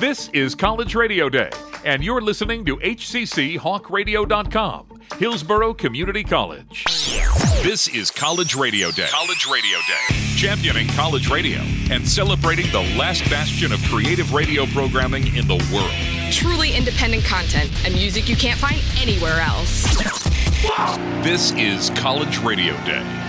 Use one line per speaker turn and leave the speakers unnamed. This is College Radio Day, and you're listening to HCCHawkRadio.com, Hillsboro Community College. This is College Radio Day. College Radio Day. Championing college radio and celebrating the last bastion of creative radio programming in the world.
Truly independent content and music you can't find anywhere else.
This is College Radio Day.